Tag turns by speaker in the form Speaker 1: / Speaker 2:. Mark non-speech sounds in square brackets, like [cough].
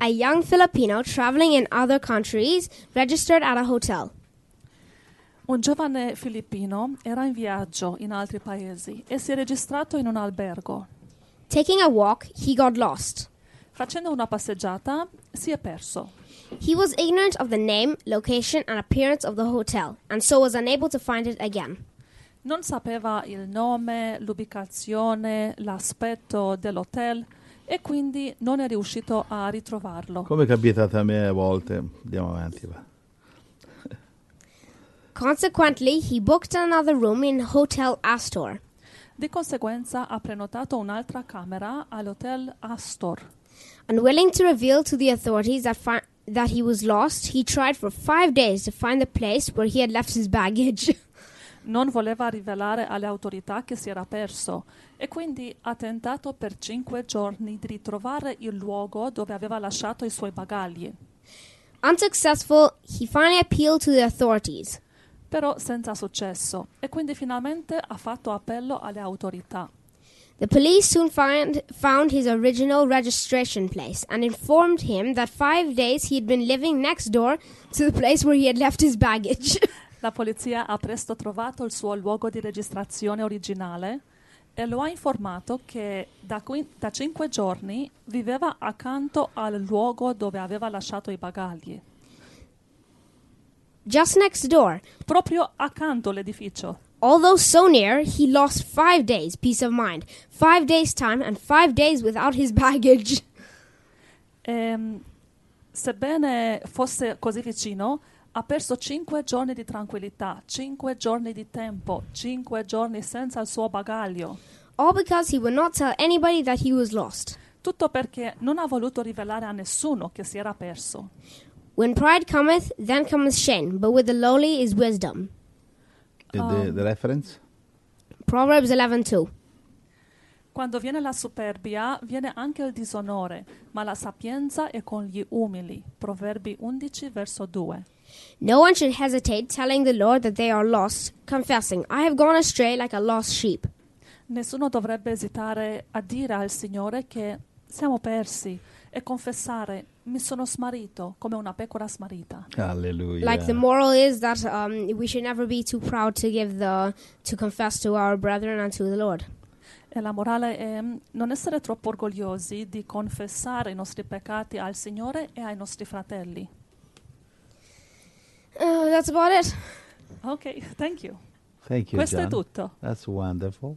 Speaker 1: a young Filipino traveling in other countries registered at a hotel.
Speaker 2: Un giovane filippino era in viaggio in altri paesi e si è registrato in un albergo.
Speaker 1: Taking a walk, he got lost.
Speaker 2: Facendo una passeggiata si è perso.
Speaker 1: He was ignorant of the name, location, and appearance of the hotel, and so was unable to find it again.
Speaker 2: Non sapeva il nome, l'ubicazione, l'aspetto dell'hotel e quindi non è riuscito a ritrovarlo.
Speaker 3: Come capitate a me a volte, andiamo avanti. va.
Speaker 1: Consequently, he booked another room in Hotel Astor.
Speaker 2: Di conseguenza ha prenotato un'altra camera all'hotel Astor.
Speaker 1: Unwilling to reveal to the authorities that, fi- that he was lost, he tried for five days to find the place where he had left his baggage. [laughs]
Speaker 2: Non voleva rivelare alle autorità che si era perso e quindi ha tentato per cinque giorni di ritrovare il luogo dove aveva lasciato i suoi bagagli,
Speaker 1: Unsuccessful, he finally appealed to the authorities.
Speaker 2: però senza successo e quindi finalmente ha fatto appello alle autorità.
Speaker 1: The police soon find, found his original registration place and informed him that five days he had been living next door to the place where he had left his baggage. [laughs]
Speaker 2: La polizia ha presto trovato il suo luogo di registrazione originale e lo ha informato che da, qui- da cinque giorni viveva accanto al luogo dove aveva lasciato i bagagli,
Speaker 1: Just next door.
Speaker 2: proprio accanto all'edificio.
Speaker 1: Although so near, he lost five days' peace of mind, five days' time, and five days without his baggage. [laughs]
Speaker 2: Ehm, sebbene fosse così vicino, ha perso cinque giorni di tranquillità, cinque giorni di tempo, cinque giorni senza il suo bagaglio.
Speaker 1: All because he would not tell anybody that he was lost.
Speaker 2: Tutto perché non ha voluto rivelare a nessuno che si era perso.
Speaker 1: When pride cometh, then cometh shame, but with the lowly is wisdom.
Speaker 3: The, the-
Speaker 1: Um,
Speaker 3: the reference?
Speaker 1: Proverbs 11:2.
Speaker 2: Quando viene la superbia, viene anche il disonore, ma la sapienza è con gli umili. Proverbi 11, verso 2.
Speaker 1: No one should hesitate telling the Lord that they are lost, confessing, I have gone astray like a lost sheep.
Speaker 2: Nessuno dovrebbe esitare a dire al Signore che siamo persi e confessare mi sono smarito come una pecora smarita.
Speaker 3: Alleluia.
Speaker 1: Like the moral is that um, we should never be too proud to give the to confess to our brethren and to the Lord.
Speaker 2: E la morale è mm, non essere troppo orgogliosi di confessare i nostri peccati al Signore e ai nostri fratelli.
Speaker 1: Uh, that's about it.
Speaker 2: Ok, thank you.
Speaker 3: Thank you,
Speaker 2: Questo è
Speaker 3: John.
Speaker 2: tutto.
Speaker 3: That's wonderful.